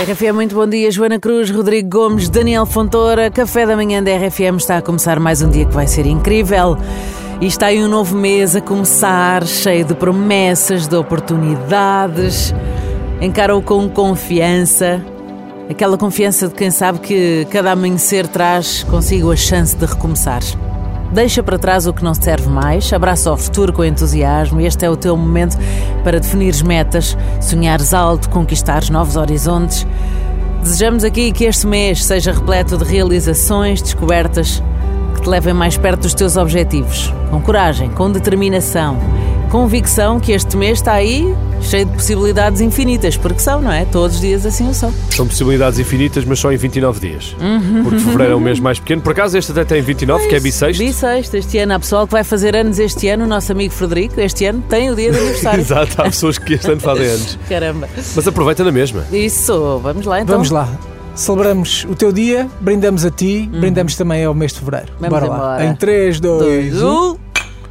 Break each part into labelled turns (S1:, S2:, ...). S1: RFM, é muito bom dia. Joana Cruz, Rodrigo Gomes, Daniel Fontoura. Café da manhã da RFM está a começar mais um dia que vai ser incrível. E está aí um novo mês a começar, cheio de promessas, de oportunidades. Encarou com confiança. Aquela confiança de quem sabe que cada amanhecer traz consigo a chance de recomeçar. Deixa para trás o que não serve mais, abraça o futuro com entusiasmo. Este é o teu momento para definires metas, sonhares alto, conquistares novos horizontes. Desejamos aqui que este mês seja repleto de realizações, descobertas que te levem mais perto dos teus objetivos. Com coragem, com determinação, convicção que este mês está aí cheio de possibilidades infinitas, porque são, não é? Todos os dias assim o são.
S2: São possibilidades infinitas, mas só em 29 dias. Porque fevereiro é um mês mais pequeno. Por acaso, este até tem 29, que é bissexto.
S1: Bissexto, este ano há pessoal que vai fazer anos este ano, o nosso amigo Frederico, este ano tem o dia de aniversário.
S2: Exato, há pessoas que este ano fazem anos.
S1: Caramba.
S2: Mas aproveita na mesma.
S1: Isso, vamos lá então.
S3: Vamos lá. Celebramos o teu dia, brindamos a ti, brindamos também ao mês de fevereiro.
S1: Uhum. Vamos
S3: Bora
S1: embora. um.
S3: lá. Em 3, 2, 1.
S1: Azul,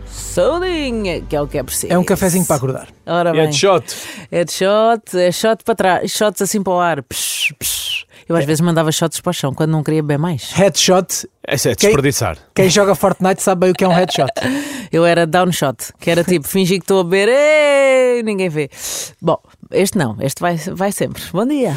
S1: saudinha, que é o que é preciso.
S3: É um cafezinho para acordar.
S1: Ora bem.
S2: É de shot.
S1: É de shot, é shot para trás, shots assim para o ar. Psh, psh. Eu
S3: É.
S1: às vezes mandava shots para o chão quando não queria beber mais.
S3: Headshot.
S2: Esse é
S3: Quem-
S2: desperdiçar.
S3: Quem joga Fortnite sabe bem o que é um headshot.
S1: Eu era down shot, que era tipo fingir que estou a beber, ei, ninguém vê. Bom, este não, este vai, vai sempre. Bom dia.